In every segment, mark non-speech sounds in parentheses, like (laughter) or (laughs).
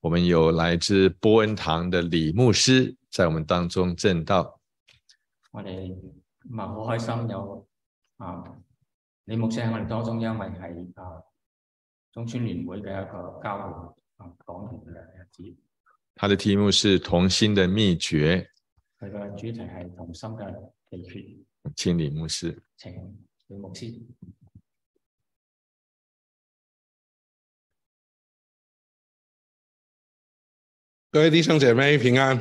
我们有来自波恩堂的李牧师在我们当中正道。我哋咁啊好開心有啊李牧師喺我哋當中，因為係啊中村聯會嘅一個交換啊講員嘅日子，他的题目是“同心的秘诀佢嘅主題係同心嘅秘訣。”，请李牧师。請李牧師。各位弟兄姐妹平安，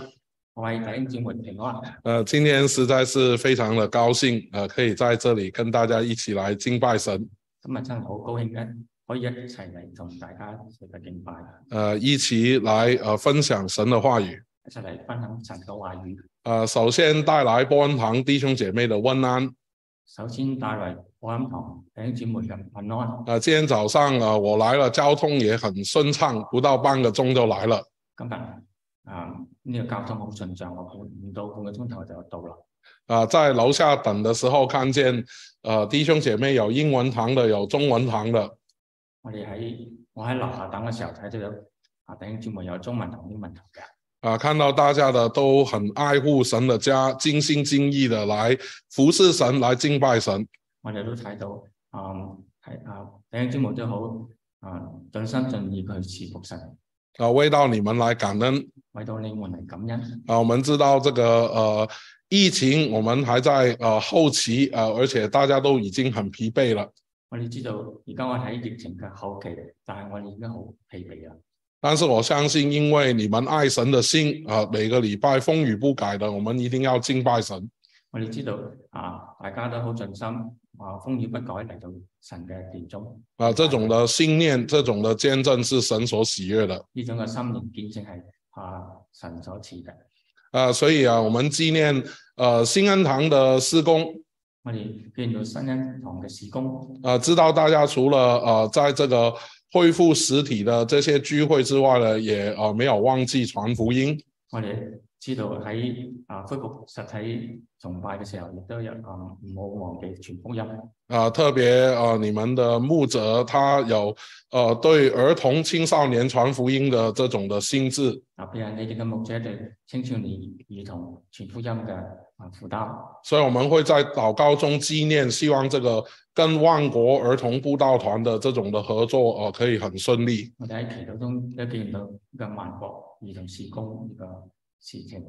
各位弟兄姊妹平安，呃，今天实在是非常的高兴，呃，可以在这里跟大家一起来敬拜神，今日啊真係好高興咧，可以一齊嚟同大家一齊敬拜，呃，一起来呃分享神的話語，一齊嚟分享神嘅話語。呃，首先帶來波恩堂弟兄姐妹的問安，首先帶嚟我音堂弟兄姊妹嘅平安。呃，今天早上呃我來了，交通也很順暢，不到半個鐘就來了，今日啊呢個交通好順暢，我估唔到半個鐘頭就到啦。啊、在樓下等的時候看見，呃，弟兄姐妹有英文堂的，有中文堂的，我哋喺我喺樓下等嘅時候睇到有啊弟兄姊妹有中文同英文堂嘅，啊，看到大家的都很爱护神的家，尽心尽意的来服侍神，来敬拜神。我哋都睇到啊係啊弟兄姊妹都好啊盡心盡意去侍奉神，啊，为到你们来感恩。為到你們嚟感恩。啊，我们知道这个呃疫情，我们还在呃后期呃，而且大家都已经很疲惫了。我哋知道而家我喺疫情嘅後期，但係我哋已經好疲憊啦。但是我相信，因为你们爱神的心啊、每个礼拜风雨不改的，我们一定要敬拜神。我哋知道啊，大家都好盡心啊，風雨不改嚟到神嘅殿中。啊，这种的信念，这种的见证是神所喜悦的。呢種嘅心灵見證係啊神所賜嘅。啊，所以啊，我们纪念呃新恩堂的施工，我哋見到新恩堂嘅事工，呃，知道大家除了呃在这个恢复实体的这些聚会之外呢，也呃没有忘记传福音。我哋知道喺啊恢復實體崇拜嘅時候，亦都有啊唔好忘記傳福音。啊，特别呃，你们的牧者他有呃对儿童青少年传福音的这种的心智，特別係啊你哋嘅牧者對青少年兒童傳福音嘅啊負擔。所以我们会在祷告中纪念，希望这个跟万国儿童布道团的这种的合作呃可以很顺利。我哋喺祈禱中都見到呢個萬國兒童事工呢個事情。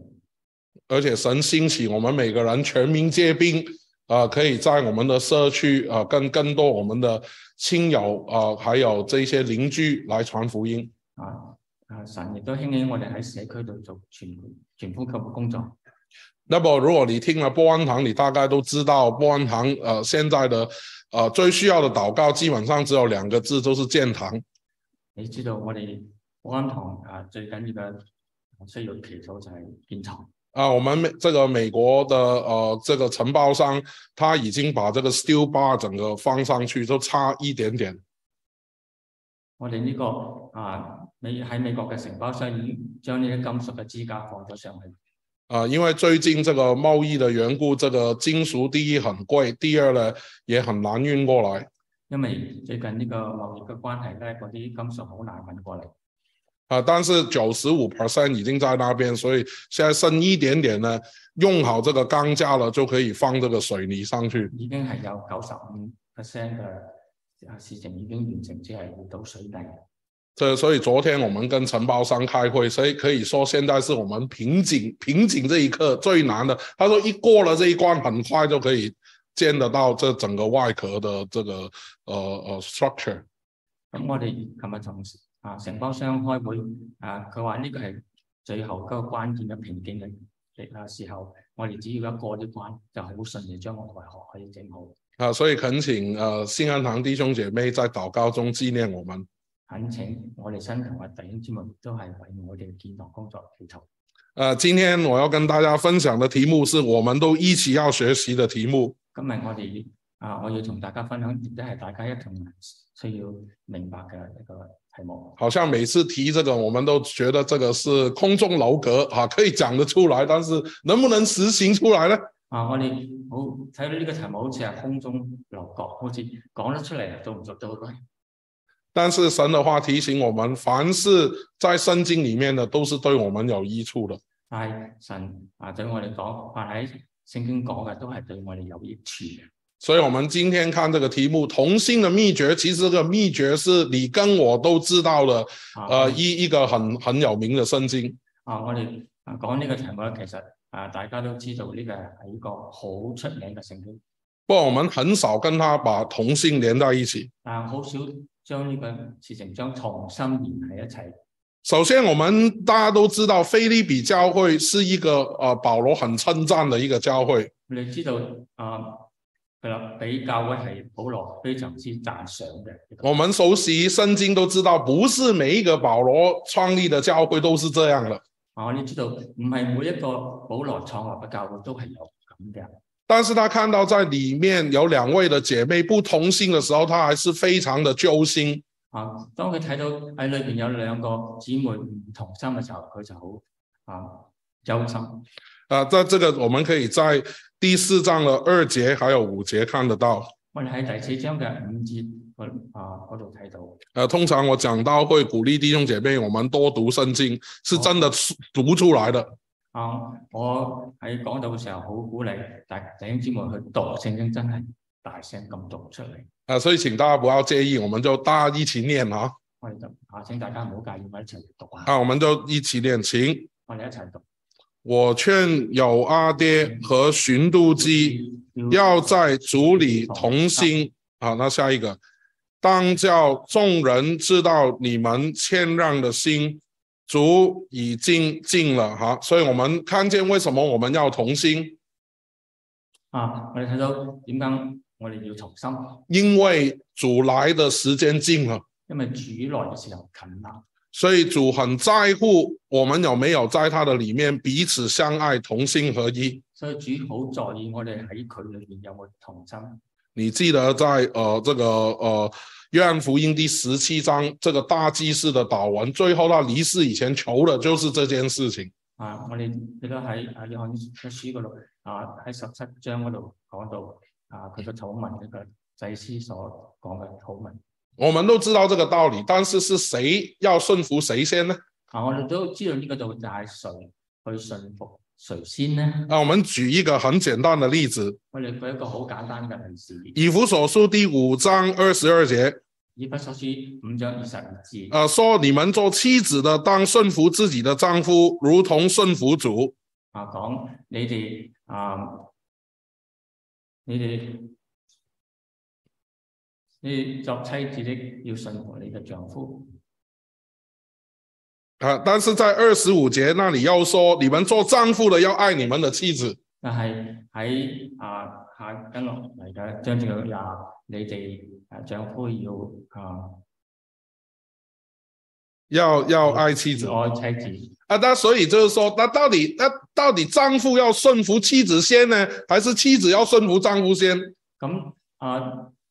而且神兴起我们每个人全民皆兵，啊、可以在我们的社区啊、呃跟更多我们的亲友啊、呃还有这些邻居来传福音。啊啊！神亦都興起我哋喺社區度做全全呼吸嘅工作。那么，如果你听了波安堂，你大概都知道波安堂呃现在的呃最需要的祷告基本上只有两个字，就是建堂。你知道我哋保安堂啊最緊要嘅需要祈禱就係建堂。啊、我们美这个美国的呃这个承包商，他已经把这个 steel bar 整个放上去，就差一点点。我哋呢、個啊美喺美國嘅承包商已經將呢啲金屬嘅支架放咗上去。啊、因为最近这个贸易的缘故，这个金属第一很贵，第二呢也很难运过来。因為最近呢個貿易嘅關係咧，嗰啲金屬好難運過嚟。啊、但是九十五 percent 已经在那边，所以现在剩一点点呢，用好这个钢架了，就可以放这个水泥上去。已經係有九十五 percent 嘅啊事情已經完成，只係要倒水泥。这所以昨天我们跟承包商开会，所以可以说现在是我们瓶颈瓶颈这一刻最难的。他说一过了这一关，很快就可以见得到这整个外壳的这个呃呃 structure。咁我哋琴日同啊承包商開會，啊佢話呢個係最後嗰個關鍵嘅瓶頸嘅嘅啊時候，我哋只要一過呢關，就好順利將我哋學可以整好。啊，所以恳请呃新安堂弟兄姐妹在祷告中纪念我们。懇請我哋新同嘅弟兄姊妹都係為我哋嘅建堂工作祈禱。呃，今天我要跟大家分享的题目是我们都一起要学习的题目。今日我哋啊，我要同大家分享，亦都係大家一同需要明白嘅一個題目。好像每次提这个，我们都觉得这个是空中楼阁啊，可以讲得出来，但是能不能实行出来呢？啊，我哋好睇到呢個題目好似係空中樓閣，好似講得出嚟做唔做到咧？但是神的话提醒我们，凡是在圣经里面的，都是对我们有益处的。但係神啊對我哋講，凡喺聖經講嘅都係對我哋有益處嘅。所以，我们今天看这个题目“同心的秘诀”，其实这个秘诀是你跟我都知道的，啊呃，一一个很很有名的圣经。啊，我哋啊講呢個題目咧，其實啊大家都知道呢個係一個好出名嘅聖經，不过，我们很少跟他把同心连在一起。但係好少將呢個事情將同心連喺一齊。首先，我们大家都知道，菲利比教会是一个呃保罗很称赞的一个教会。你知道啊，係啦，比教會係保羅非常之讚賞嘅。我们熟悉圣经都知道，不是每一个保罗创立的教会都是这样的。啊，我哋知道唔係每一個保羅創立嘅教會都係有咁嘅。但是他看到在里面有两位的姐妹不同心的时候，他还是非常的揪心。啊，當佢睇到喺裏邊有兩個姊妹唔同心嘅時候，佢就好啊憂心。啊、在这个我们可以在第四章的二节还有五节看得到。我哋喺第四章嘅五節嗰啊嗰度睇到，呃，通常我讲到会鼓励弟兄姐妹，我们多读圣经，是真的读出来的。啊，我喺講道嘅時候好鼓勵大弟兄姊妹去讀聖經，真係大聲咁讀出嚟。啊、所以請大家不要介意，我們就大家一起念啊！我哋就啊，請大家唔好介意，我哋一齊讀啊，啊，我們就一起念，請我哋一齊讀。我勸友阿爹和循度基要在主里同心。好，那下一个，当叫众人知道你们谦让的心，主已经尽了。好，所以我们看见为什么我们要同心，啊！我哋睇到點解我哋要同心，因为主来的时间近了，因為主來嘅時候近啦。所以主很在乎我们有没有在他的里面彼此相爱，同心合一。所以主好在意我哋喺佢裏面有冇同心。你记得在呃这个呃约翰福音第十七章这个大祭司的祷文，最后他离世以前求的就是这件事情。啊，我哋記得喺啊約翰一書嗰度啊，喺十七章嗰度講到啊，佢嘅禱文一個祭司所講嘅禱文。我们都知道这个道理，但是是谁要顺服谁先呢？啊，我哋都知道呢個道就係誰去信服誰先呢？啊，我们举一个很简单的例子，我哋舉一個好簡單嘅例子， 《以弗所书》第五章二十二节，以弗所書五章二十二節呃，说你们做妻子的当顺服自己的丈夫，如同顺服主。啊，講你哋啊，你哋你哋作妻子的要信服你嘅丈夫。啊，但是在二十五节那里又说，你们做丈夫的要爱你们的妻子。但係喺啊下跟落嚟嘅張正玉話：你哋啊丈夫要啊要要爱妻子愛妻子啊，那所以就是说，那到底那到底丈夫要顺服妻子先呢，还是妻子要顺服丈夫先？咁啊，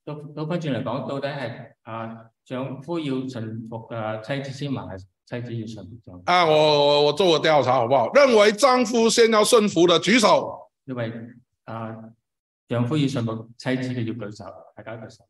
倒倒翻轉嚟講，到底係啊丈夫要順服啊妻子先，還係妻子要順服丈夫？啊，我我我做个调查好不好？认为丈夫先要顺服的举手。因為啊丈夫要順服妻子嘅要舉手，大家舉手。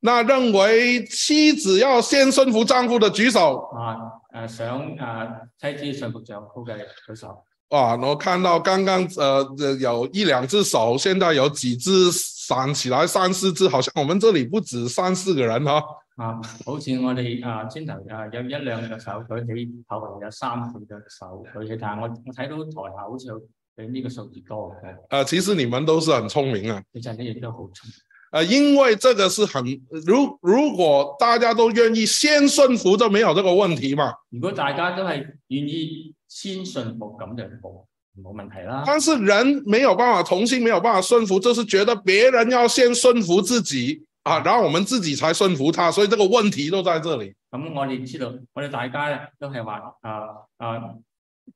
那认为妻子要先顺服丈夫的举手。啊誒想啊妻子要順服丈夫嘅舉手。哇，我啊看到刚刚呃这有一两只手，现在有几只闪起来，三四只，好像我们这里不止三四个人哈、啊，好似我哋啊先頭啊有一兩隻手舉起，後嚟有三四隻手舉起，但係我我睇到台下好似比呢個數字多嘅，呃，其实你们都是很聪明啊。其實你亦都好聰呃，因为这个是很，如如果大家都愿意先顺服，就没有这个问题嘛。明。如果大家都係願意先信服，咁就冇冇問題啦。但是人没有办法同心，没有办法顺服，就是觉得别人要先顺服自己啊，然后我们自己才顺服他，所以这个问题都在这里。咁我哋知道，我哋大家咧都係話啊啊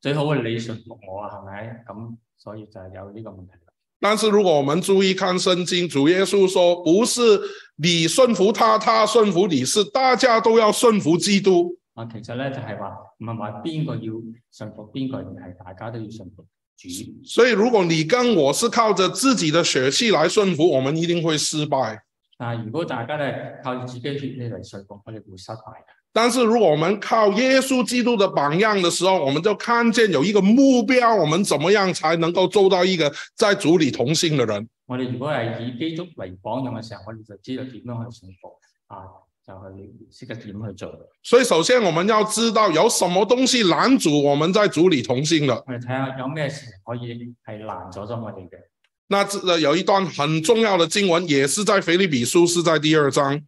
最好係你信服我啊，係咪？咁所以就係有呢個問題啦。但是如果我们注意看圣经，主耶稣说，不是你顺服他，他顺服你，是大家都要顺服基督。啊，其實咧就係話唔係話邊個要信服邊個，而係大家都要信服主。所以，如果你跟我是靠着自己的血气来顺服，我们一定会失败。但係如果大家咧靠自己血氣嚟信奉，我哋會失敗嘅。但是如果我们靠耶稣基督的榜样的时候，我们就看见有一个目标，我们怎么样才能够做到一个在主里同心的人？我哋如果係以基督為榜樣嘅時候，我哋就知道點樣去信服啊，就去識得點去做。所以，首先我们要知道有什么东西拦阻我们在主里同心的。我哋睇下有咩事可以係難阻咗我哋嘅。那这呃有一段很重要的经文，也是在腓立比书，是在第二章。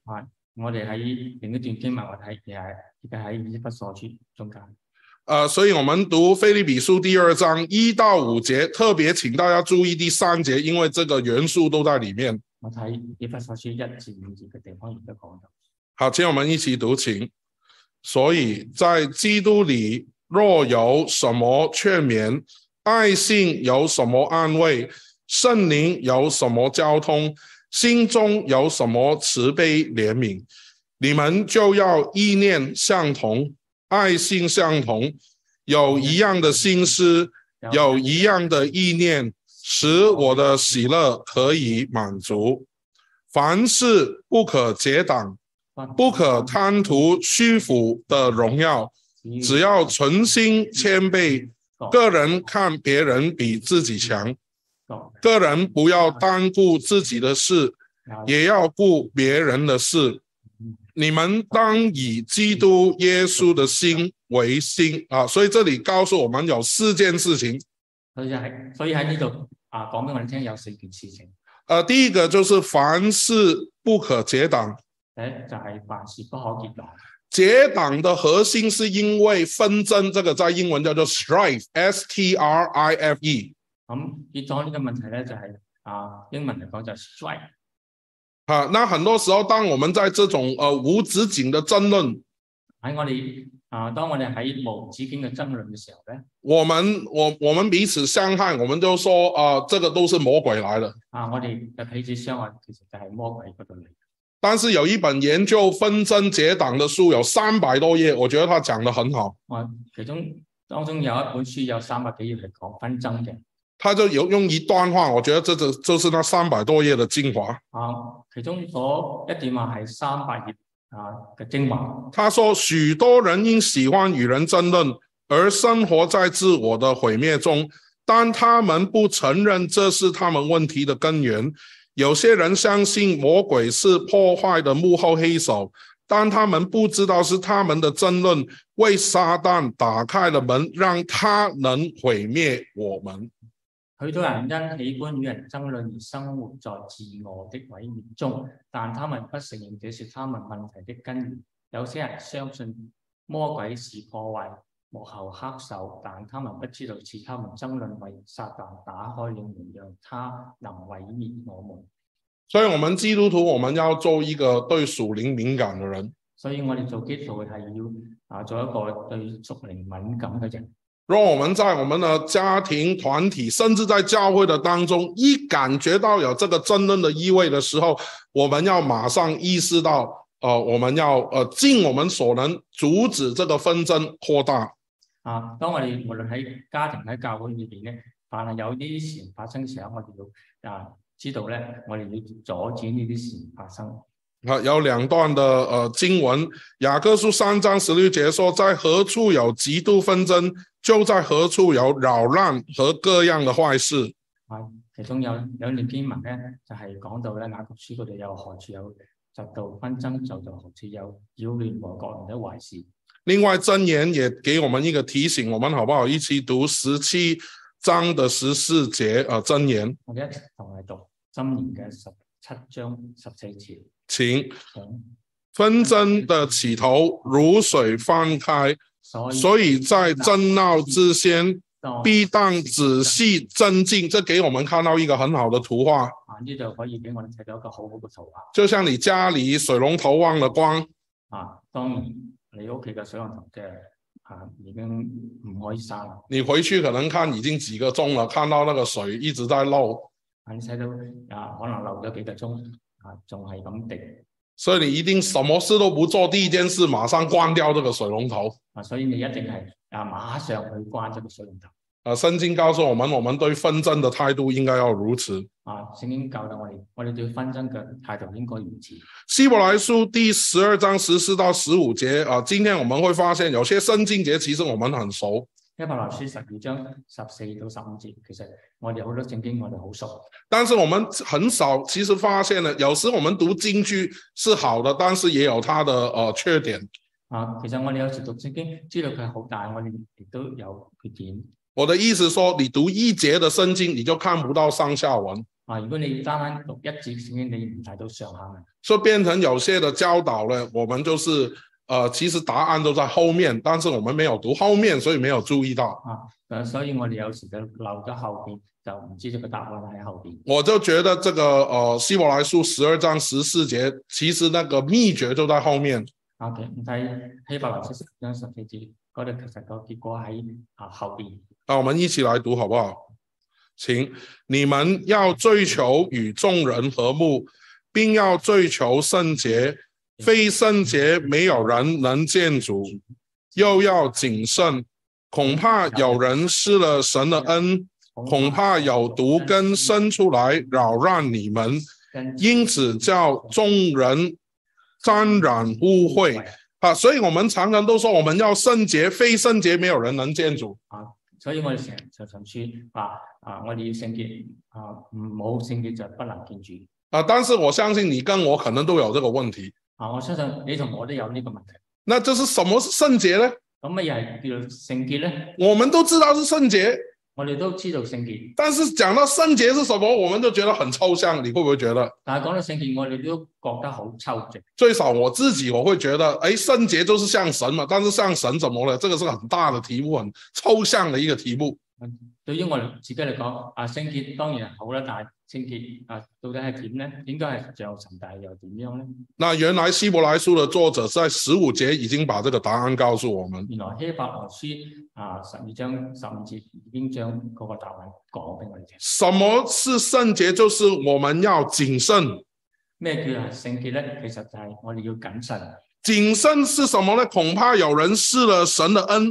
我哋喺另一段經文，我睇而係而家喺以弗所書中間。呃，所以我们读腓立比书第二章一到五节，特别请大家注意第三节，因为这个元素都在里面。我睇以弗所書一至五節嘅地方亦都講到。好，请我们一起读经。所以在基督里，若有什么劝勉，爱信有什么安慰，圣灵有什么交通，心中有什么慈悲怜悯，你们就要意念相同，爱心相同，有一样的心思，有一样的意念，使我的喜乐可以满足。凡事不可结党，不可贪图虚浮的荣耀，只要存心谦卑，个人看别人比自己强，个人不要单顾自己的事，也要顾别人的事。你们当以基督耶稣的心为心啊！所以这里告诉我们有四件事情。所以喺所以喺呢度啊，講俾我哋聽有四件事情。呃，第一个就是凡事不可结党，第一就係凡事不可結黨。结党的核心是因为纷争，这个在英文叫做 strife，S T R I F E。咁結黨呢個問題咧，就係、啊英文嚟講就係 strike。啊，那很多时候，当我们在这种呃无止境的争论，喺我哋啊，當我哋喺無止境嘅爭論嘅時候咧，我们我我们彼此相害，我们就说啊、这个都是魔鬼来的。啊，我哋嘅彼此相愛其實就係魔鬼嗰度嚟。但是有一本研究纷争结党的书，有三百多页，我觉得他讲的很好。我其中當中有一本書有三百幾頁係講紛爭嘅。他就有用一段话，我觉得这这就是那三百多页的精华。啊，其中嗰一點啊係三百頁啊嘅精華。他说，许多人因喜欢与人争论而生活在自我的毁灭中，当他们不承认这是他们问题的根源。有些人相信魔鬼是破坏的幕后黑手，当他们不知道是他们的争论为撒旦打开了门，让他能毁灭我们。許多人因喜歡與人爭論而生活在自我的毀滅中，但他們不承認這是他們問題的根源。有些人相信魔鬼是破壞幕後黑手，但他們不知道是他們爭論為撒旦打開了門，讓他能毀滅我們。所以，我们基督徒，我们要做一个对属灵敏感的人。所以我哋做基督徒係要啊做一個對屬靈敏感嘅人。让我们在我们的家庭、团体，甚至在教会的当中，一感觉到有这个争论的意味的时候，我们要马上意识到，呃，我们要呃尽我们所能阻止这个纷争扩大。啊，當我哋無論喺家庭喺教會裏邊咧，凡係有呢啲事發生嘅時候，我哋要啊知道咧，我哋要阻止呢啲事發生。啊，有两段的呃经文，雅各书三章十六节说，在何处有极度纷争，就在何处有扰乱和各样的坏事。啊其中有兩段經文咧，就係、講到咧雅各書嗰度有何處有嫉妒紛爭，就就何處有擾亂和各人的壞事。另外，箴言也给我们一个提醒，我们好不好一起读十七章的十四节啊？箴言，我哋一齊同嚟讀箴言嘅十七章十四節。请咁纷争的起头如水翻开，所以所以在争闹之先，必当仔细增进。这给我们看到一个很好的图画，啊，呢度可以俾我哋睇到一個好好嘅圖畫。就像你家里水龙头忘了关，啊，當然你屋企嘅水龍頭嘅啊已經唔可以閂啦。你回去可能看已经几个钟了，看到那个水一直在漏，啊，你睇到啊，可能漏咗幾個鐘啊，仲係咁滴所以你一定什么事都不做，第一件事马上关掉这个水龙头。啊，所以你一定係啊馬上去關咗個水龍頭。啊，圣经告诉我们，我们对纷争的态度应该要如此。啊，聖經教導我哋，我哋對紛爭嘅態度應該如此。希伯来书第十二章十四到十五节啊，今天我们会发现有些圣经节其实我们很熟，一百來書十二章十四到十五節，其實我哋好多聖經我哋好熟，但是我们很少其实发现了，有时我们读京剧是好的，但是也有它的呃缺点。啊，其實我哋有時讀聖經知道佢係好大，我哋亦都有缺點。我的意思说，你读一节的圣经，你就看不到上下文，啊，如果你單單讀一節聖經，你唔睇到上下文，所以变成有些的教导呢，我们就是呃，其实答案都在后面，但是我们没有读后面，所以没有注意到。啊，所以我哋有時就留咗後邊，就唔知道個答案喺後邊。我就觉得这个呃，希伯来书十二章十四节，其实那个秘诀就在后面。啊，其唔睇希伯來書十章十四節嗰度，其實個結果喺啊後邊。那我们一起来读好不好？请你们要追求与众人和睦，并要追求圣洁，非圣洁没有人能见主。又要谨慎，恐怕有人失了神的恩，恐怕有毒根生出来扰乱你们，跟因此叫众人沾染污秽。啊，所以我们常常都说我们要圣洁，非圣洁没有人能见主。所以我哋成日常常説話啊，我哋要聖潔啊，唔好聖潔就不能見主啊，但是我相信你跟我可能都有这个问题。啊！我相信你同我都有呢個問題。那这是什么是圣洁呢？咁乜嘢係叫做聖潔咧？我们都知道是圣洁，我哋都知道聖潔，但是讲到圣洁是什么，我们就觉得很抽象。你会不会觉得？但係講到聖潔，我哋都覺得好抽象。最少我自己我会觉得，哎，圣洁就是像神嘛。但是像神怎么了？这个是很大的题目，很抽象的一个题目。對於我哋自己嚟講，啊聖潔當然係好啦，但係聖潔啊到底係點咧？應該係像神，但係又點樣咧？那原来希伯来书的作者在十五节已经把这个答案告诉我们。原來希伯來書啊十二章十五節已經將嗰個答案講俾我哋聽。什么是圣洁？就是我们要谨慎。咩叫係聖潔咧？其實就係我哋要謹慎。谨慎是什么呢？恐怕有人失了神的恩。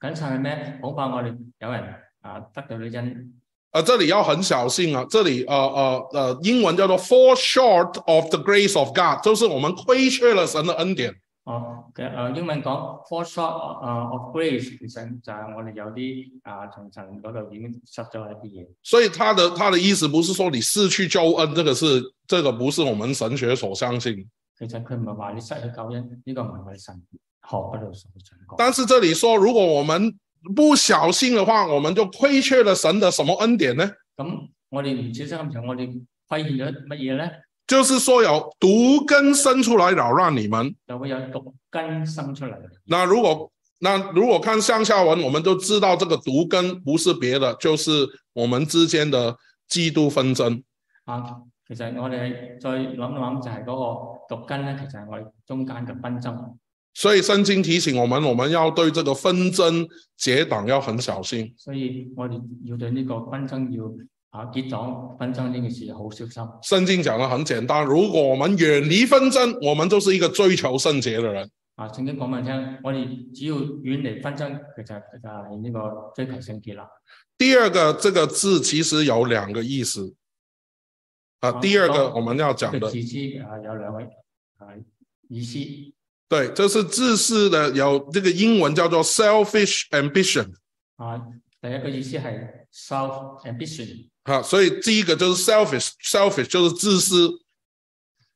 謹慎係咩？恐怕我哋有人啊得到呢恩啊，这里要很小心啊！这里呃呃呃，英文叫做 “fall short of the grace of God”，就是我们亏缺了神的恩典。哦嘅啊英文講 fall short 啊 of grace，其實就係我哋有啲啊從神嗰度已經失咗一啲嘢。所以他的他的意思不是说你失去救恩，这个是这个不是我们神学所相信。其實佢唔係話你失去救恩，呢、個唔係我哋神學嗰度所講。但是这里说，如果我们不小心的话，我们就亏缺了神的什么恩典呢？咁我哋唔小心嘅時候，我哋虧欠咗乜嘢咧？就是说有毒根生出来扰乱你们。就會有毒根生出嚟。那如果那如果看上下文，我们就知道这个毒根不是别的，就是我们之间的嫉妒纷争。啊，其實我哋再諗一諗，就係嗰個毒根咧，其實係我哋中間嘅紛爭。所以圣经提醒我们，我们要对这个纷争结党要很小心。所以我哋要對呢個紛爭要啊結黨紛爭呢件事好小心。圣经讲的很简单，如果我们远离纷争，我们就是一个追求圣洁的人。啊，聖經講俾你聽，我哋只要遠離紛爭，其實就係呢個追求聖潔啦。第二个这个字其实有两个意思啊。好第二个好我们要呢讲個 (laughs) 的，自私啊有兩位啊意思对，这是自私的，有这个英文叫做 selfish ambition 啊，第一個意思係 self ambition 啊。所以第一个就是 selfish，selfish 就是自私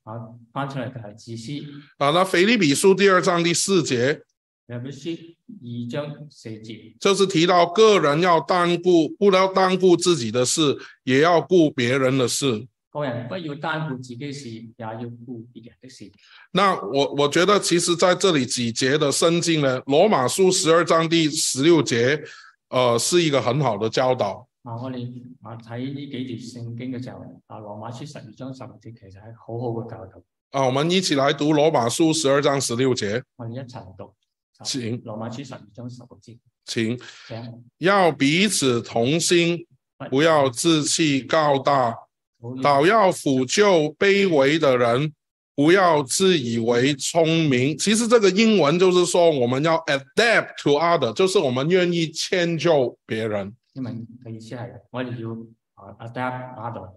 啊，翻出嚟就係自私。啊。那腓立比书第二章第四节，有本書二章四節。就是提到个人要单顾，不要单顾自己的事，也要顾别人的事。個人不要單顧自己事，也要顧別人的事。那我我觉得，其实在这里几节的圣经呢，《罗马书》十二章第十六节，呃，是一个很好的教导。啊，我哋啊睇呢幾節聖經嘅時候，啊羅馬書十二章十六節其實係好好嘅教導。啊，我们一起来读《罗马書》十二章十六节，我哋一齊讀請羅馬書十二章十六節，请請要彼此同心，不要自欺高大，討倒要抚救卑微的人，不要自以为聪明。其实这个英文就是说，我们要 adapt to other，就是我们愿意迁就别人。因為嘅意思係我哋要啊 adapt model，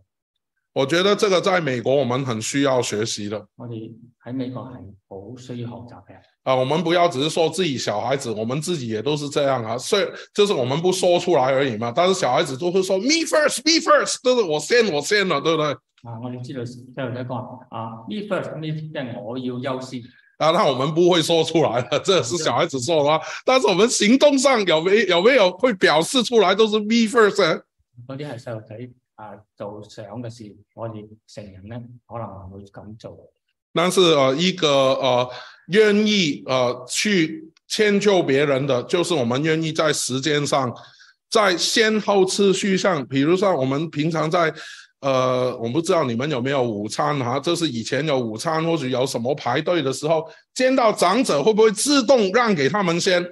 我觉得这个在美国我们很需要学习的我哋喺美國係好需要學習嘅。啊。我们不要只是说自己小孩子，我们自己也都是这样啊。虽就是我们不说出来而已嘛，但是小孩子都会说 “me first, me first”，就是我先，我先了，对不对？啊，我哋知道細路仔講啊，me first，me 即係我要優先。啊，那我们不会说出来了，这是小孩子说的话。但是我们行动上有没有没有会表示出来，都是 “me first”、啊。嗰啲係細路仔啊做想嘅事，我哋成人咧可能唔會咁做。但是呃，一个呃愿意呃去迁就别人的，就是我们愿意在时间上，在先后次序上，比如说我们平常在呃，我不知道你们有没有午餐哈、就是以前有午餐或者有什么排队的时候，见到长者会不会自动让给他们先？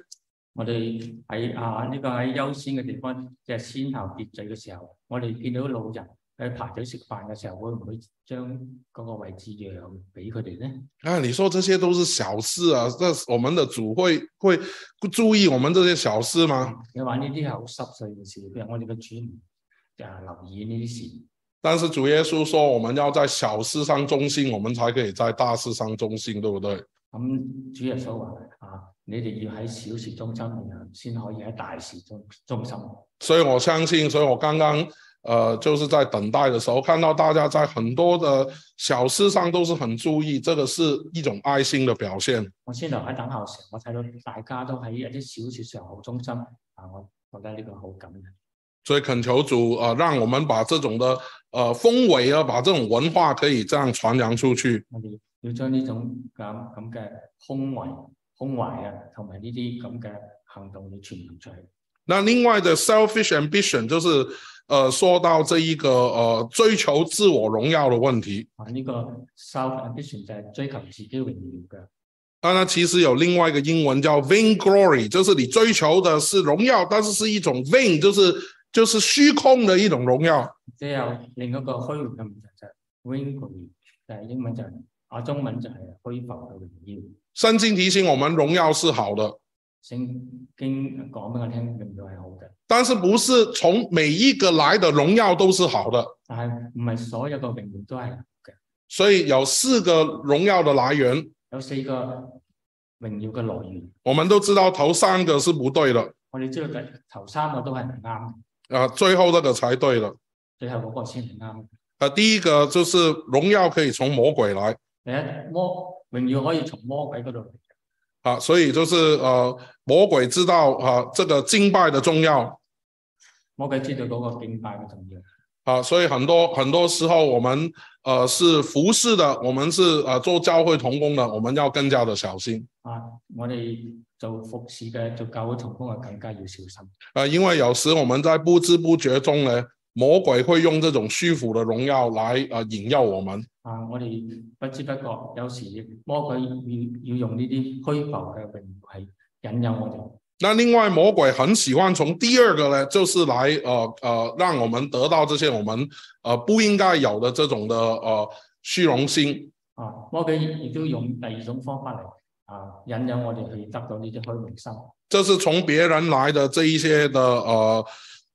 我哋喺啊呢、個喺優先嘅地方，即係先後秩序嘅時候，我哋見到老人喺排隊食飯嘅時候，會唔會將嗰個位置讓俾佢哋咧？啊，你说这些都是小事啊，那我们的主会会注意我们这些小事吗？啊你話呢啲係好濕碎嘅事，譬如我哋嘅主唔啊留意呢啲事。但是主耶稣说，我们要在小事上忠心，我们才可以在大事上忠心，对不对？咁主耶穌話啊，你哋要喺小事中心，然後先可以喺大事中中心。所以我相信，所以我刚刚呃就是在等待的时候，看到大家在很多的小事上都是很注意，这个是一种爱心的表现。我先頭喺等候嘅時候，我睇到大家都喺一啲小事上好忠心，啊，我覺得呢個好感人。所以恳求主啊、呃让我们把这种的呃氛围啊，把这种文化可以这样传扬出去。我哋要將呢種咁咁嘅胸懷、胸懷啊，同埋呢啲咁嘅行動要傳揚出去。那另外的 selfish ambition 就是呃说到这一个呃追求自我荣耀的问题。啊，呢、個 self ambition 就係追求自己榮耀嘅。当然，其实有另外一个英文叫 vain glory，就是你追求的是荣耀，但是是一种 vain，就是就是虚空的一种荣耀。即係有另一個虛榮嘅問題就係 w i n g l y 就係英文就係、啊中文就係虛浮嘅榮耀。圣经提醒我们，荣耀是好的，聖經講俾我聽，榮耀係好嘅，但是不是从每一个来的荣耀都是好的。但係唔係所有嘅榮耀都係好嘅，所以有四个荣耀的来源，有四個榮耀嘅來源。我们都知道头三个是不对的，我哋知道第頭三個都係唔啱嘅，啊、最后那个才对的。最後嗰個先係啱嘅。呃，第一个就是荣耀可以从魔鬼来第一魔榮耀可以從魔鬼嗰度嚟，啊，所以就是呃，魔鬼知道啊这个敬拜的重要，魔鬼知道嗰個敬拜嘅重要。啊，所以很多很多时候我们呃是服侍的，我们是呃做教会童工的，我们要更加的小心啊，我哋做服侍嘅、做教會同工嘅更加要小心，啊、呃因为有时我们在不知不觉中呢，魔鬼会用这种虚浮的荣耀来呃引诱我们。啊！我哋不知不覺有時魔鬼要要用呢啲虛浮嘅榮耀係引誘我哋。那另外，魔鬼很喜欢从第二个呢，就是来呃呃让我们得到这些我们呃不应该有的这种的呃虚荣心。啊，魔鬼亦都用第二種方法嚟啊引誘我哋去得到呢啲虛榮心，这是从别人来的这一些的呃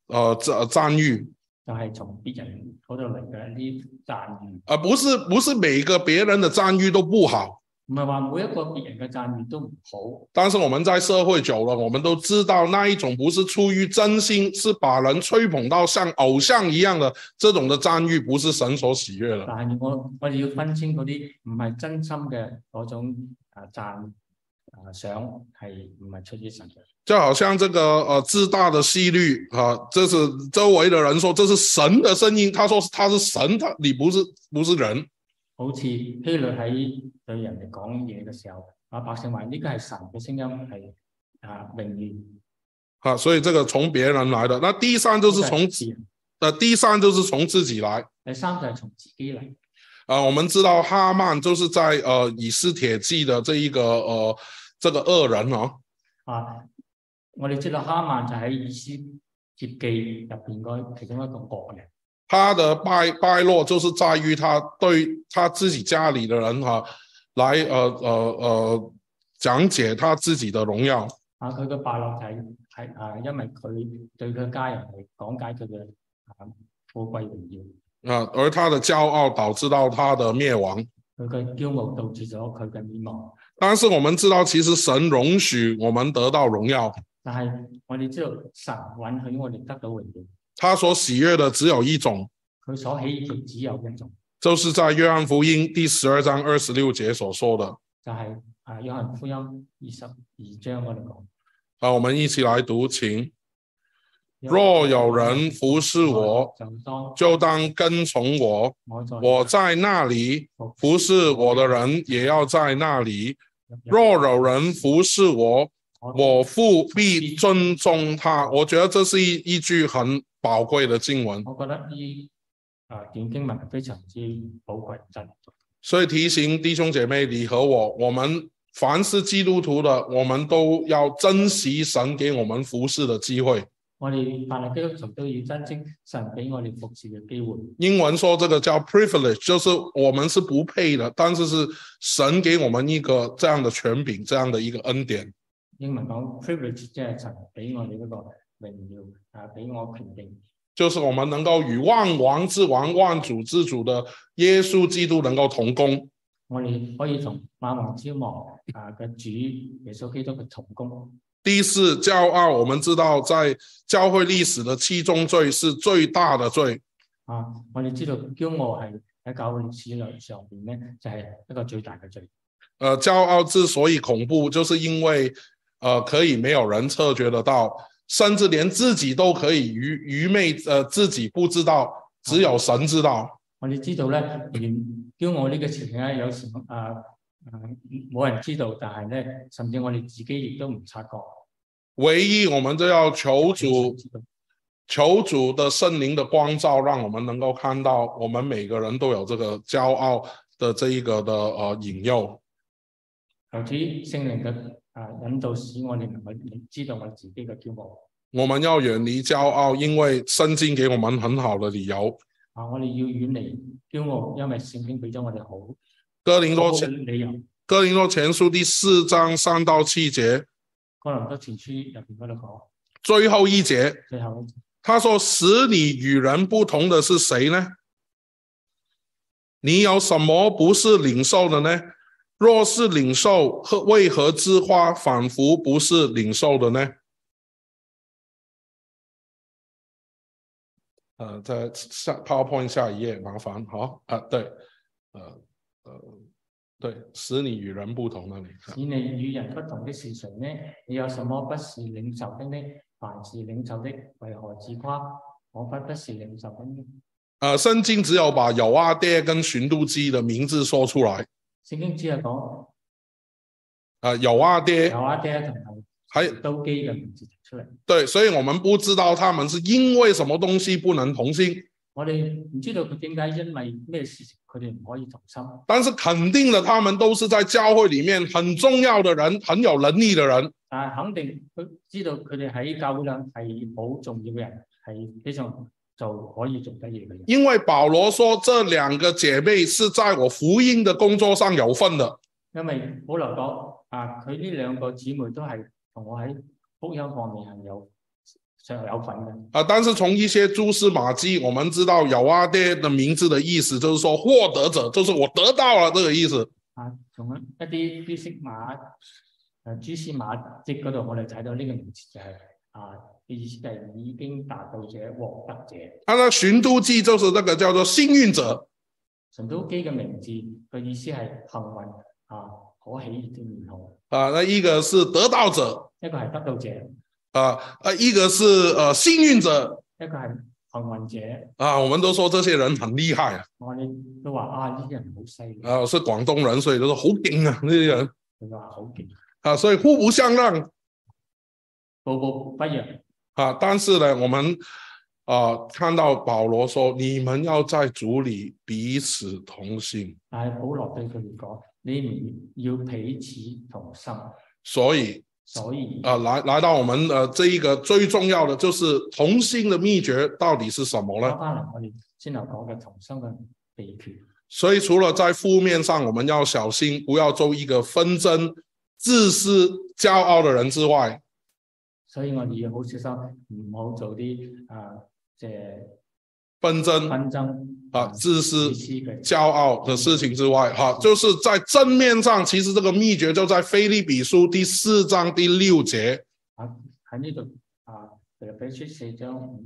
呃赞赞誉，就係、從別人嗰度嚟嘅呢啲讚譽，啊，不是不是每一个别人的赞誉都不好，唔係話每一個別人嘅讚譽都唔好，但是我们在社会久了，我们都知道那一种不是出于真心，是把人吹捧到像偶像一样的这种的赞誉，不是神所喜悦的。但係我我哋要分清嗰啲唔係真心嘅嗰種啊讚啊賞係唔係出於神嘅。就好像这个呃自大的西律啊，这是周围的人说这是神的声音，他说他是神，他你不是不是人。好似希律喺對人哋講嘢嘅時候，啊百姓話呢個係神嘅聲音，係啊榮譽，啊，所以这个从别人来的。那第三就是从自人。呃，第三就是从自己来。第三就係從自己嚟。啊、我们知道哈曼就是在呃以斯帖记的这一个呃这个恶人哦，啊，我哋知道哈曼就喺以斯帖記入邊嗰其中一個惡人，他的败败落就是在于他对他自己家里的人哈、来呃呃呃讲解他自己的荣耀啊，佢嘅快樂係係啊，因為佢對佢家人嚟講解佢嘅啊富貴榮耀。啊，而他的骄傲导致到他的灭亡。佢嘅驕傲導致咗佢嘅滅亡。但是我们知道，其实神容许我们得到荣耀，但係我哋知道神允許我哋得到榮耀，他所喜悦的只有一种，佢所喜悦只有一種，就是在约翰福音第十二章二十六节所说的。就係、啊約翰福音二十二章我哋講。啊，我們一起來讀，請。若有人服侍我，就當就当跟从我，我在我在那里服侍我的人也要在那里。若有人服侍我，我父必尊重他。我觉得这是一一句很宝贵的经文，我覺得呢啊段經文係非常之寶貴真。所以提醒弟兄姐妹，你和我，我们凡是基督徒的，我们都要珍惜神给我们服侍的机会。我哋凡係基督徒都要珍惜神俾我哋服侍嘅機會。英文说这个叫 privilege，就是我们是不配的，但是是神给我们一个这样的权柄，这样的一个恩典。英文講 privilege 即係神俾我哋嗰個榮耀啊，俾我權柄，就是我们能够与万王之王、万主之主的耶稣基督能够同工。我哋可以同萬王之王啊嘅主耶穌基督嘅同工。第四，骄傲，我们知道在教会历史的七宗罪是最大的罪，啊！我哋知道驕傲係喺教會歷史上上邊咧，就係、一個最大嘅罪。呃，骄傲之所以恐怖，就是因为呃，可以没有人察觉得到，甚至连自己都可以愚愚昧，呃，自己不知道，只有神知道。我哋知道咧，原驕傲呢個情咧，有時啊啊冇人知道，但係咧，甚至我哋自己亦都唔察覺。唯一我们就要求我主哋，知道求主的圣灵的光照，让我们能够看到，我们每个人都有这个骄傲的这一个的呃引诱。求主聖靈嘅啊引導，使我哋能夠知道我自己嘅驕傲。我们要远离骄傲，因为圣经给我们很好的理由。啊，我哋要遠離驕傲，因為聖經俾咗我哋好哥林多好前嘅理由。哥林多前书第四章三到七节哥林多前書入邊嗰度講，最后一节，最後呢他说：“使你与人不同的是谁呢？你有什么不是领受的呢？若是领受，何为何之花仿佛不是领受的呢？”呃，在下 PowerPoint 下一页，麻烦好啊，对，呃呃，对，使你与人不同那里。使你與人不同的是誰呢？你有什麼不是領受的呢？凡是領受的，為何自誇？我不不是領受的呢？呃，圣经只有把有啊爹跟寻都基的名字说出来，聖經只係講呃，有啊爹有阿爹同埋还刀基嘅名字提出嚟。对，所以我们不知道他们是因为什么东西不能同心，我哋唔知道佢點解因為咩事情佢哋唔可以同心，但是肯定了他们都是在教会里面很重要的人、很有能力的人。但係肯定佢知道佢哋喺教會上係好重要嘅人，係非常做可以做得嘢嘅人。因为保罗说这两个姐妹是在我福音的工作上有份的，因為保羅講啊，佢呢兩個姊妹都係同我喺福音方面係有上有份嘅。啊、但是从一些蛛丝马迹，我们知道有阿爹的名字的意思，就是说获得者，就是我得到了这个意思。啊，從一啲蛛絲馬誒蛛絲馬跡嗰度，我哋睇到呢個名詞就係、啊嘅意思就係已經達到者、獲得者。啊，那寻都记就是那个叫做幸运者，神都基嘅名字嘅意思係幸運啊，可喜悦嘅面孔。啊，那一个是得到者，一個係得到者，一啊呃，一个是呃幸运者，個係幸運者。啊，我们都说这些人很厉害啊，我哋都話啊，呢啲人好犀利，啊，我是广东人，所以都说好劲啊，那些人佢話好勁，啊，所以互不相让步步不讓。啊。但是呢，我们啊看到保罗说，你们要在主里彼此同心，但係保羅對佢哋講：你唔要彼此同心，所以所以啊，来来到我们呃这一个最重要的就是同心的秘诀到底是什么翻呢？翻嚟我哋先頭講嘅同心嘅秘訣。所以除了在负面上我们要小心，不要做一个纷争、自私、骄傲的人之外，所以我哋要好小心，唔好做啲啊即係纷争紛爭啊、自私自、私嘅骄傲的事情之外，哈，就是在正面上，其实这个秘诀就在菲利比书第四章第六节。啊喺呢度啊，腓立比書四章五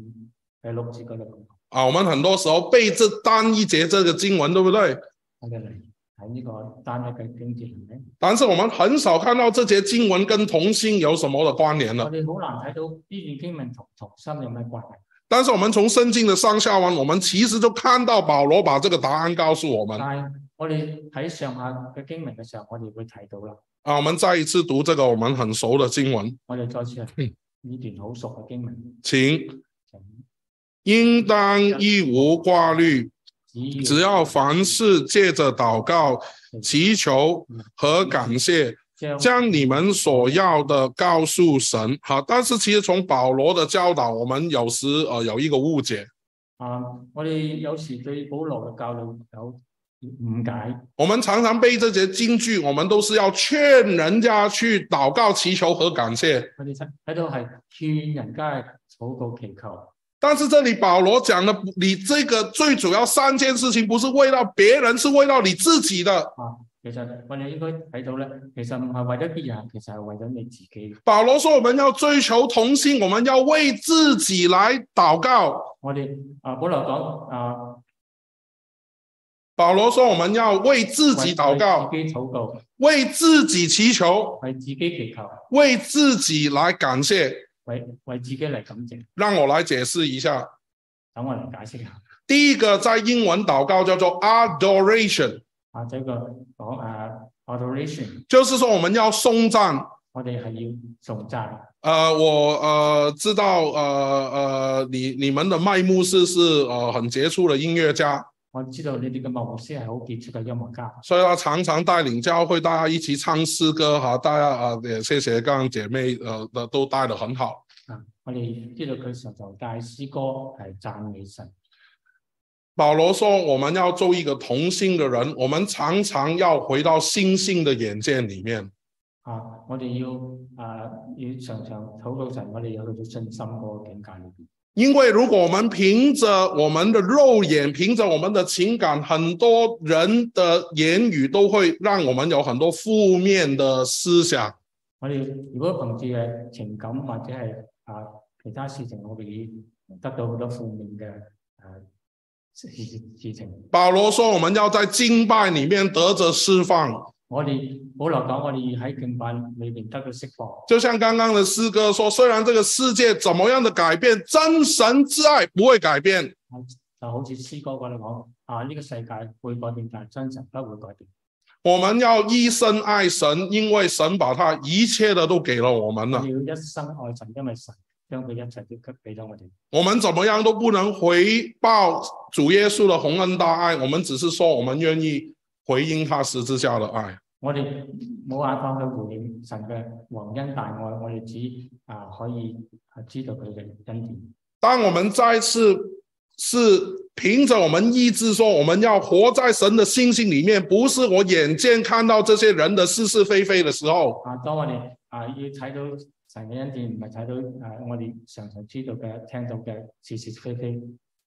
第六節嗰度講，啊，我们很多时候背这单一节这个经文，对不对？我哋嚟喺呢個單一嘅經節裏面，但是我们很少看到这节经文跟同心有什么的关联我了。哋好難睇到呢段經文同同心有咩關係。但是我们从圣经的上下文，我们其实就看到保罗把这个答案告诉我们。但係我哋喺上下嘅經文嘅時候，我哋會睇到啦。啊，我们再一次读这个我们很熟的经文，我哋再次嗯係呢段好熟嘅經文，请应当一无挂虑，請只要凡事借着祷告、祈求和感谢，將将你们所要的告诉神。好，但是其实从保罗的教导，我们有时呃有一个误解，啊，我哋有時對保羅嘅教導有誤解，我们常常背这些京剧，我们都是要劝人家去祷告、祈求和感谢。我哋睇睇到係勸人家係禱告祈求。但是这里保罗讲的，你这个最主要三件事情，不是为了别人，是为了你自己的。其實我哋應該睇到咧，其實唔係為咗別人，其實係為咗你自己。保罗说，我们要追求同心，我们要为自己来祷告。我哋啊，保羅講啊，保罗说，我们要为自己為祷告，為自己禱告，为自己祈求，為自己祈求，为自己来感谢。為為自己嚟感謝。让我来解释一下，等我嚟解釋下。第一个在英文祷告叫做 adoration，啊，呢個講啊，adoration，就是说我们要颂赞。我哋係要崇讚。呃，我呃知道，呃呃，你你们的麦牧师是呃很杰出的音乐家，我知道你哋嘅牧師係好傑出嘅音樂家，所以他常常带领教会大家一起唱诗歌哈，大家啊、呃也谢谢刚刚姐妹呃的都带得很好。啊，我哋知道佢常常帶詩歌係讚美神。保罗说，我们要做一个同心的人，我们常常要回到星星的眼界里面。啊！我哋要啊，要常常禱告神，我哋有去到信心嗰個境界裏邊。因为如果我们凭着我们的肉眼，凭着我们的情感，很多人的言语都会让我们有很多负面的思想。我哋如果憑住嘅情感或者係啊其他事情，我哋已得到好多負面嘅誒事事情。保罗说，我们要在敬拜里面得着释放，我哋保羅講，我哋要喺敬拜裏邊得到釋放。就像刚刚的诗歌说，虽然这个世界怎么样的改变，真神之爱不会改变。啊就好似詩歌嗰度講，啊呢、個世界會改變，但係真神不會改變。我们要一生爱神，因为神把他一切的都给了我们啊我了。哋要一生愛神，因為神將佢一切都給俾咗我哋。我们怎么样都不能回报主耶稣的宏恩大爱，我们只是说我们愿意回应他十字架的爱。我哋冇辦法去回應神嘅宏恩大愛，我哋只啊可以啊知道佢嘅恩典。当我们再次是凭着我们意志说我们要活在神的信心里面，不是我眼见看到这些人的是是非非的时候，啊，當我哋啊要睇到神嘅恩典，唔係睇到啊我哋常常知道嘅、聽到嘅是是非非，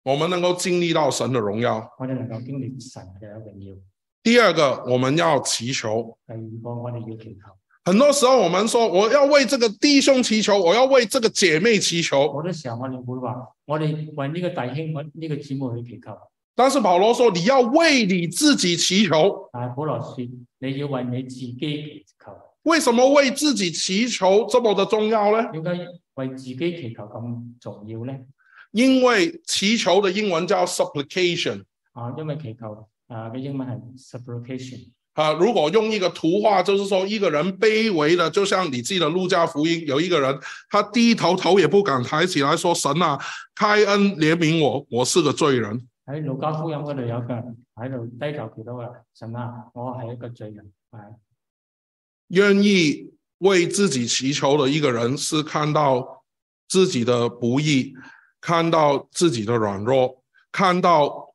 我们能够经歷到神的荣耀。我哋能夠經歷神嘅榮耀。第二个，我们要祈求。第二個，我哋要祈求。很多时候，我们说我要为这个弟兄祈求，我要為這個姐妹祈求，好多時候我哋會話，我哋為呢個弟兄、為呢個姊妹去祈求，但是保罗说，你要为你自己祈求。但係保羅說，你要為你自己祈求。为什么为自己祈求这么的重要呢？點解為自己祈求咁重要咧？因为祈求的英文叫 supplication 啊，因為祈求啊嘅英文係 supplication。啊。如果用一个图画，就是说一个人卑微的，就像你记得路加福音有一个人，他低头头也不敢抬起来说：“神啊，开恩怜悯我，我是个罪人。喺路加福音嗰度有個人喺度低頭祈禱啊，神啊，我係一個罪人，啊。」愿意为自己祈求的一个人，是看到自己的不易，看到自己的软弱，看到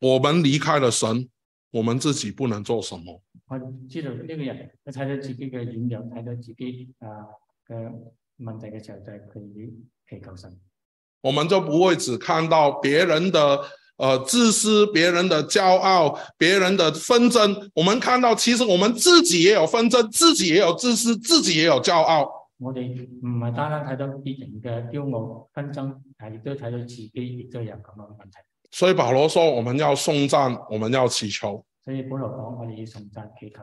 我们离开了神，我们自己不能做什么。我知道呢個人，佢睇到自己嘅軟弱，睇到自己啊嘅唔問題嘅時候就係佢祈求神，我们就不会只看到别人的呃自私、别人的骄傲、别人的纷争。我们看到，其实我们自己也有纷争，自己也有自私，自己也有骄傲。我哋唔係單單睇到別人嘅驕傲紛爭，啊但亦都睇到自己亦都有咁樣嘅問題。所以保罗说，我们要送赞，我们要祈求，所以保羅講，我哋要神讚祈求，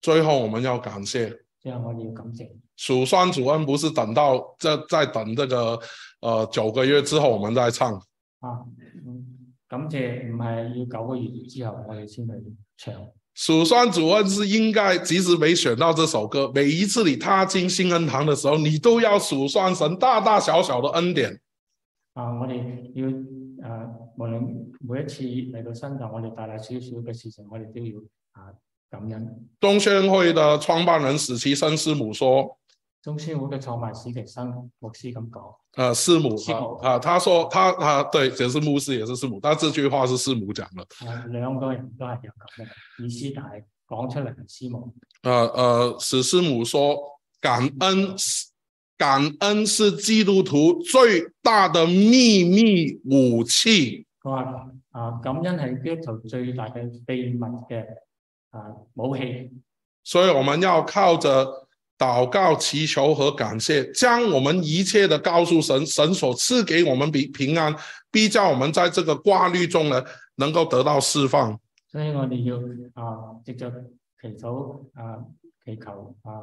最后我们要感谢。之後我哋要感謝。数算主恩不是等到这再等这个呃九个月之后我们再唱，啊，嗯感謝唔係要九個月之後我哋先去唱，数算主恩是应该，即使没选到这首歌，每一次你踏进新恩堂的时候，你都要数算神大大小小的恩典。啊，我哋要誒、啊，無論每一次嚟到新堂，我哋大大小小嘅事情，我哋都要啊感恩。中宣会的创办人史其生师母说，中宣會嘅創辦史其生牧師咁講，呃，师母师母啊啊，他说他他对，也是牧师，也是师母，但这句话是师母讲的。啊兩個人都係有咁嘅意思，但係講出嚟係師母。呃呃，史师母说，感恩是感恩是基督徒最大的秘密武器。佢話啊，感恩係基督徒最大嘅秘密嘅啊武器，所以我们要靠着祷告、祈求和感谢，将我们一切的告诉神，神所赐给我们平平安，必叫我们在这个挂虑中呢，能够得到释放。所以我哋要啊藉着祈禱啊祈求啊，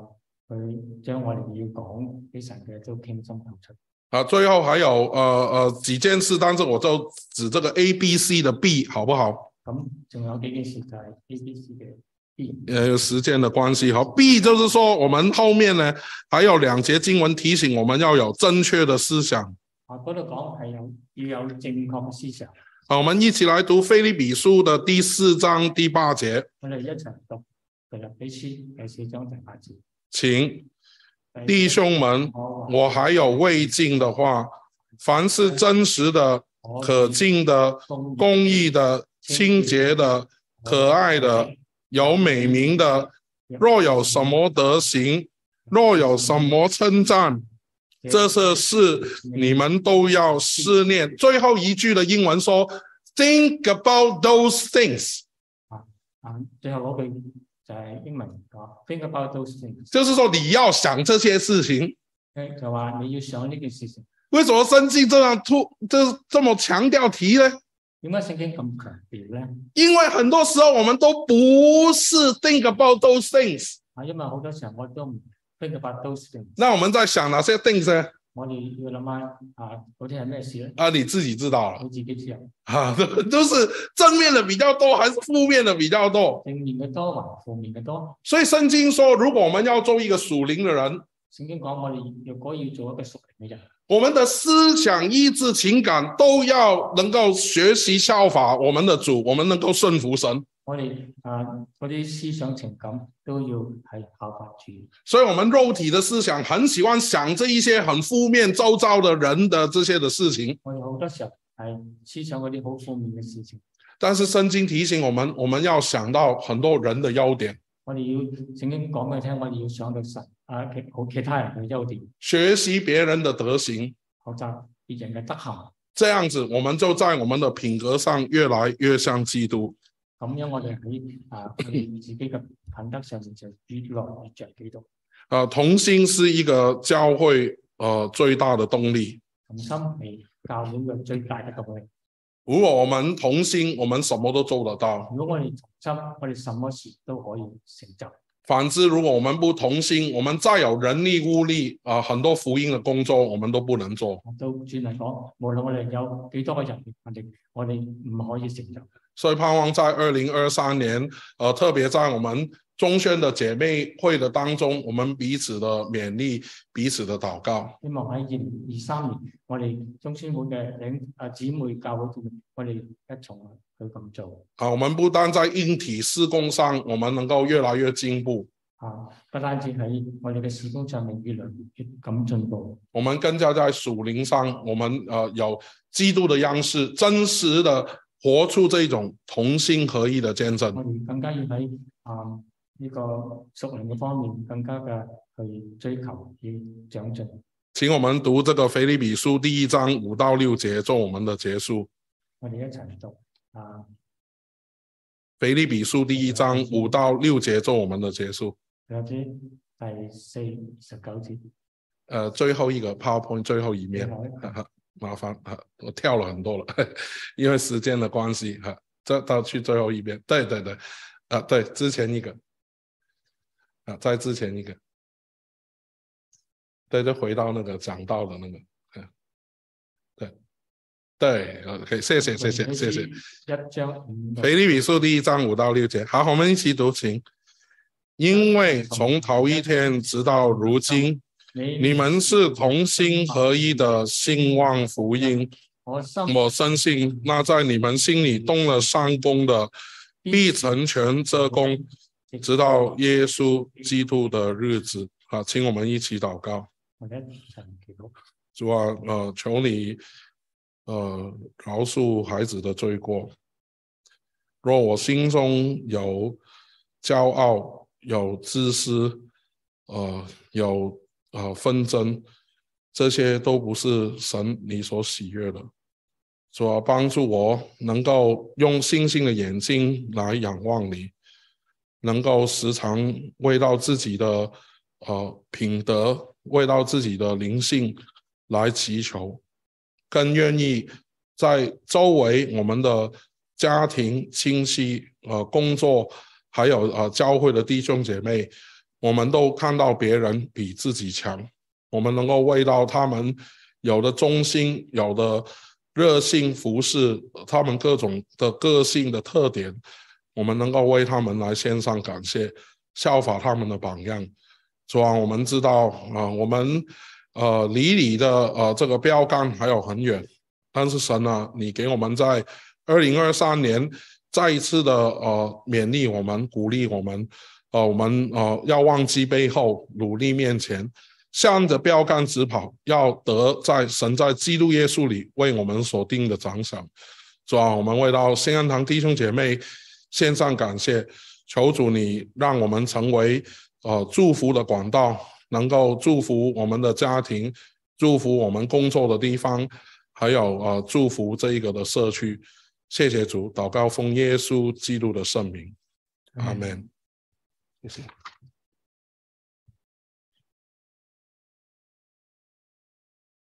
去將我哋要講俾神嘅都傾心吐出。啊，最后还有呃呃几件事，但是我就指这个 A、B、C 的 B 好不好？咁仲有幾件事就係 A、B、C 嘅 B 呃时间的关系哈。B 就是说，我们后面呢还有两节经文提醒我们要有正确的思想。啊，嗰度講係有要有正確嘅思想。好，我们一起来读《菲利比书》的第四章第八节，我哋一齊讀腓立比書第四章第八節。请弟兄们，我我还有未尽的话，凡是真实的、可敬的、公公义的、清洁的、可爱的、有美名的，若有什么德行，若有什么称赞，这些事你们都要思念。最后一句的英文说：“Think about those things。啊，最後嗰句就係英文講 think about those things，” 就是说，你要想这些事情。咧就話你要想呢件事情。为什么圣经这样突这这么强调提呢？點解聖經咁強調咧？因为很多时候我们都不是 think about those things。啊，因為好多時候我都唔 think about those things，那我们在想哪些 things 呢？我哋要諗下啊，嗰啲係咩事咧？啊，你自己知道了你自己知啊，啊， (laughs) 都是正面的比较多，还是负面的比较多？正面嘅多還負面嘅多？所以圣经说，如果我们要做一个属灵的人，聖經講我哋若果要做一個屬靈嘅人，我们的思想、意志、情感都要能够学习效法我们的主，我们能够顺服神。我哋啊嗰啲思想情感都要係效法住。所以，我们肉体的思想很喜欢想这一些很负面、周遭的人的这些的事情。我哋好多時候係思想嗰啲好負面嘅事情，但是，圣经提醒我们，我们要想到很多人的优点，我哋要聖經講俾佢聽，我哋要想到神啊其好其他人嘅優點，学习別人的德行，學習別人嘅德行，这样子，我们就在我们的品格上越来越像基督。咁樣我哋喺啊我哋自己嘅品德上面就越來越着基督。呃，同心是一个教会呃最大的动力。同心係教會嘅最大嘅動力。如果我们同心，我们什么都做得到；如果我哋同心，我哋什麼事都可以成就。反之，如果我们不同心，我们再有人力物力啊、呃很多福音的工作我们都不能做。到轉嚟講，無論我哋有幾多個人力，我哋我哋唔可以成就。所以，盼望在二零二三年，呃，特别在我们中宣的姐妹会的当中，我们彼此的勉励，彼此的祷告。希望喺二零二三年，我哋中宣會嘅領啊姊妹教會見面，我哋一同去咁做啊，我们不单在硬体施工上，我们能够越来越进步，啊！不單止喺我哋嘅事工上面越嚟越咁進步，我们更加在属灵上，我们呃有基督的样式，真实的活出这种同心合意的见证我。哋更加要喺啊呢個屬靈嘅方面更加嘅去追求，要長進。请我们读这个腓立比书第一章五到六节做我们的结束。我哋一齊讀啊腓立比书第一章五到六节做我们的结束。有啲第四十九節，呃，最后一个 PowerPoint 最后一面最。後一個哈哈，麻烦哈，我跳了很多了， (laughs) 因为时间的关系哈，这到去最后一遍，对对对，啊对，之前一个，啊在之前一个，对，就回到那个讲到的那个，嗯，对对，OK，谢谢谢谢谢谢。一章五到腓立比书第一章五到六节，好，我们一起读经，因为从头一天直到如今。你你们是同心合一的兴旺福音。我心我深信，那在你们心里动了善功的，必成全这功，直到耶稣基督的日子。啊，请我们一起祷告。我哋一齊祈禱。主啊，呃，求你，呃，饶恕孩子的罪过。若我心中有骄傲、有自私，呃，有呃纷争，这些都不是神你所喜悦的。主啊，帮助我能够用星星的眼睛来仰望你，能够时常为到自己的呃品德，为到自己的灵性来祈求，更愿意在周围我们的家庭、亲戚、呃工作，还有呃教会的弟兄姐妹，我们都看到别人比自己强，我们能够为到他们有的忠心，有的热心服侍，他们各种的个性的特点，我们能够为他们来献上感谢，效法他们的榜样。主啊，我们知道啊、呃我们呃离你的呃这个标杆还有很远，但是神啊，你给我们在二零二三年再一次的呃勉励我们，鼓励我们，呃，我们呃要忘记背后，努力面前，向着标杆直跑，要得在神在基督耶稣里为我们所定的奖赏。主啊，我们为到新安堂弟兄姐妹献上感谢，求主你让我们成为呃祝福的管道，能够祝福我们的家庭，祝福我们工作的地方，还有呃祝福这一个的社区。谢谢主，祷告奉耶稣基督的圣名，阿门。谢谢。